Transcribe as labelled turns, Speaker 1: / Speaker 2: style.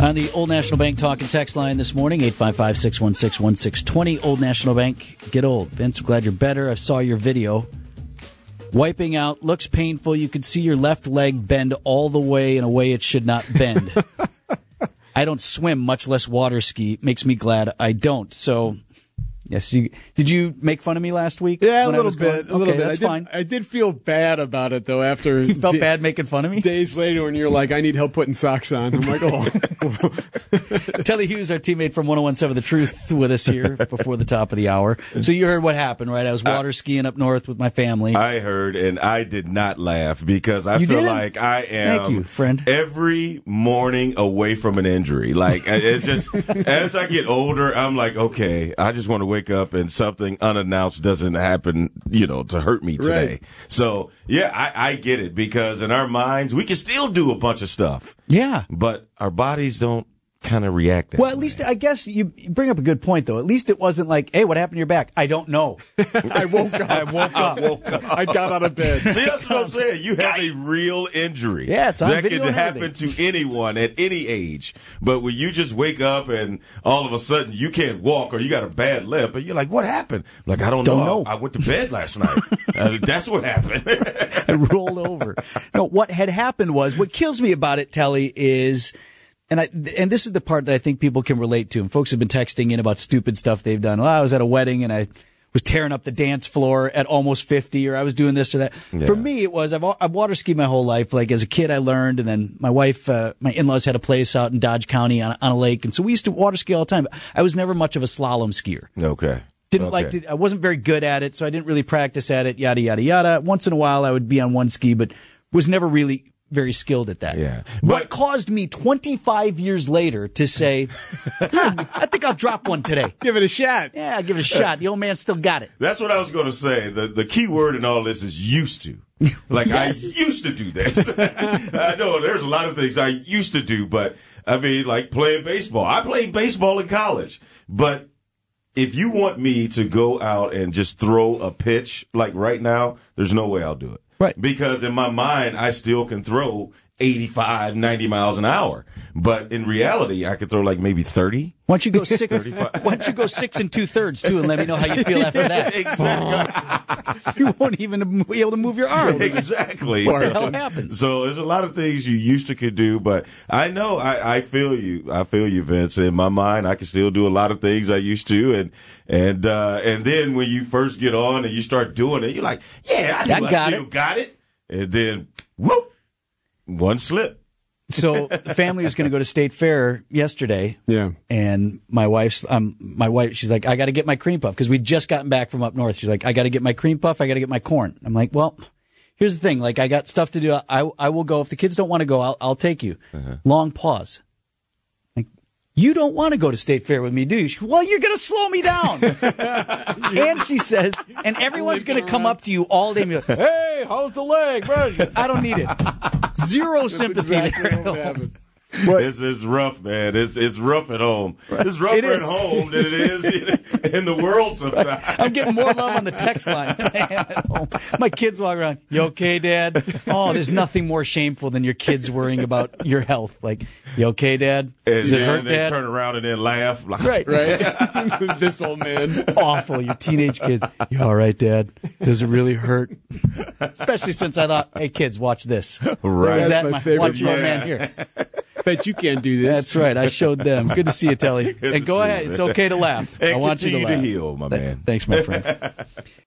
Speaker 1: on the Old National Bank talk and text line this morning, 855 616 1620. Old National Bank, get old. Vince, I'm glad you're better. I saw your video. Wiping out looks painful. You could see your left leg bend all the way in a way it should not bend. I don't swim, much less water ski. Makes me glad I don't. So, yes, you did. You make fun of me last week?
Speaker 2: Yeah, a
Speaker 1: when I
Speaker 2: little
Speaker 1: was
Speaker 2: bit,
Speaker 1: going-
Speaker 2: a little
Speaker 1: okay,
Speaker 2: bit.
Speaker 1: That's
Speaker 2: I did,
Speaker 1: fine.
Speaker 2: I did feel bad about it though. After
Speaker 1: You felt
Speaker 2: da-
Speaker 1: bad making fun of me.
Speaker 2: days later, when you're like, "I need help putting socks on," I'm like, "Oh,
Speaker 1: Telly Hughes, our teammate from 1017 The Truth, with us here before the top of the hour. So you heard what happened, right? I was water skiing up north with my family.
Speaker 3: I heard and I did not laugh because I
Speaker 1: You
Speaker 3: feel
Speaker 1: didn't?
Speaker 3: like I am
Speaker 1: Thank you, friend.
Speaker 3: every morning away from an injury. Like I- it's just as I get older, I'm like, okay, I just want to wake up and something unannounced doesn't happen, you know, to hurt me today.
Speaker 2: Right.
Speaker 3: So yeah, I, I get it because in our minds we can still do a bunch of stuff,
Speaker 1: yeah.
Speaker 3: but our bodies don't kind of react. That
Speaker 1: Well, at
Speaker 3: way.
Speaker 1: least I guess you you bring up a good point, though. At least it wasn't like, "Hey, what happened to your back?" I don't know.
Speaker 2: I woke up.
Speaker 1: I woke up.
Speaker 2: I got out of bed."
Speaker 3: See, that's what I'm saying. You have a real injury.
Speaker 1: Yeah, it's on
Speaker 3: that
Speaker 1: video
Speaker 3: can
Speaker 1: and
Speaker 3: happen to anyone at any age. But when you just wake up and all of a sudden you can't walk or you got a bad lip, and you're like, "What happened?" Like, I don't,
Speaker 1: Don't know.
Speaker 3: I, I went to bed last night. Uh, that's what happened.
Speaker 1: I rolled over. No, what had happened was what kills me about it, Telly, is, and I, and this is the part that I think people can relate to. And folks have been texting in about stupid stuff they've done. Well, I was at a wedding and I was tearing up the dance floor at almost 50 or I was doing this or that. For me, it was, I've, wa- I've water skied my whole life. Like as a kid, I learned. And then my wife, uh, my in-laws had a place out in Dodge County on, on a lake. And so we used to water ski all the time. But I was never much of a slalom skier.
Speaker 3: okay.
Speaker 1: Didn't
Speaker 3: Okay.
Speaker 1: like to, I wasn't very good at it, so I didn't really practice at it, yada, yada, yada. Once in a while, I would be on one ski, but was never really very skilled at that.
Speaker 3: Yeah.
Speaker 1: what
Speaker 3: But-
Speaker 1: caused me 25 years later to say, "Huh, I think I'll drop one today.
Speaker 2: Give it a shot.
Speaker 1: Yeah, I'll give it a shot. The old man still got it.
Speaker 3: That's what I was going to say. The the key word in all this is used to. Like I used to do this. I know there's a lot of things I used to do, but I mean, like playing baseball. I played baseball in college, but if you want me to go out and just throw a pitch like right now, there's no way I'll do it.
Speaker 1: Right.
Speaker 3: Because in my mind, I still can throw 85, 90 miles an hour, but in reality, I could throw like maybe 30.
Speaker 1: Why don't you go six? why don't you go six and two thirds too, and let me know how you feel after that?
Speaker 3: Exactly.
Speaker 1: You won't even be able to move your arm.
Speaker 3: exactly.
Speaker 1: What the
Speaker 3: So-
Speaker 1: hell happened?
Speaker 3: So there's a lot of things you used to could do, but I know I, I feel you. I feel you, Vince. In my mind, I can still do a lot of things I used to, and and uh, and then when you first get on and you start doing it, you're like, yeah, I, do.
Speaker 1: I got
Speaker 3: still
Speaker 1: it.
Speaker 3: got it, and then whoop, one slip.
Speaker 1: So the family was going to go to State Fair yesterday.
Speaker 2: Yeah.
Speaker 1: And my wife's, um, my wife, she's like, I got to get my cream puff because we'd just gotten back from up north. She's like, I got to get my cream puff. I got to get my corn. I'm like, well, here's the thing. Like, I got stuff to do. I, I will go. If the kids don't want to go, I'll, I'll take you. Long pause. Like, you don't want to go to State Fair with me, do you? She- well, you're going to slow me down. and she says, and everyone's going to come up to you all day and be like, hey, how's the leg? bro?" I don't need it. Zero sympathy there at all.
Speaker 2: happened.
Speaker 3: It's, it's rough, man. It's it's rough at home. It's rougher
Speaker 1: It
Speaker 3: at
Speaker 1: is.
Speaker 3: home than it is in, in the world sometimes.
Speaker 1: I'm getting more love on the text line than I am at home. My kids walk around, you okay, dad? Oh, there's nothing more shameful than your kids worrying about your health. Like, you okay, dad?
Speaker 3: And
Speaker 1: Does it
Speaker 3: then
Speaker 1: hurt,
Speaker 3: they turn
Speaker 1: dad?
Speaker 3: around and then laugh. Like,
Speaker 1: Right.
Speaker 2: Right? this old man.
Speaker 1: Awful. Your teenage kids, you all right, dad? Does it really hurt? Especially since I thought, hey, kids, watch this.
Speaker 3: Right.
Speaker 1: Is that
Speaker 2: That's my
Speaker 1: my,
Speaker 2: favorite
Speaker 1: watch your old
Speaker 3: part.
Speaker 1: man here.
Speaker 2: Bet you can't do this.
Speaker 1: That's right. I showed them. Good to see you, Telly.
Speaker 3: to
Speaker 1: And go
Speaker 3: see you,
Speaker 1: ahead.
Speaker 3: man.
Speaker 1: It's okay to laugh.
Speaker 3: And
Speaker 1: I want you to
Speaker 3: continue
Speaker 1: laugh.
Speaker 3: to heal, my man.
Speaker 1: Thanks, my friend.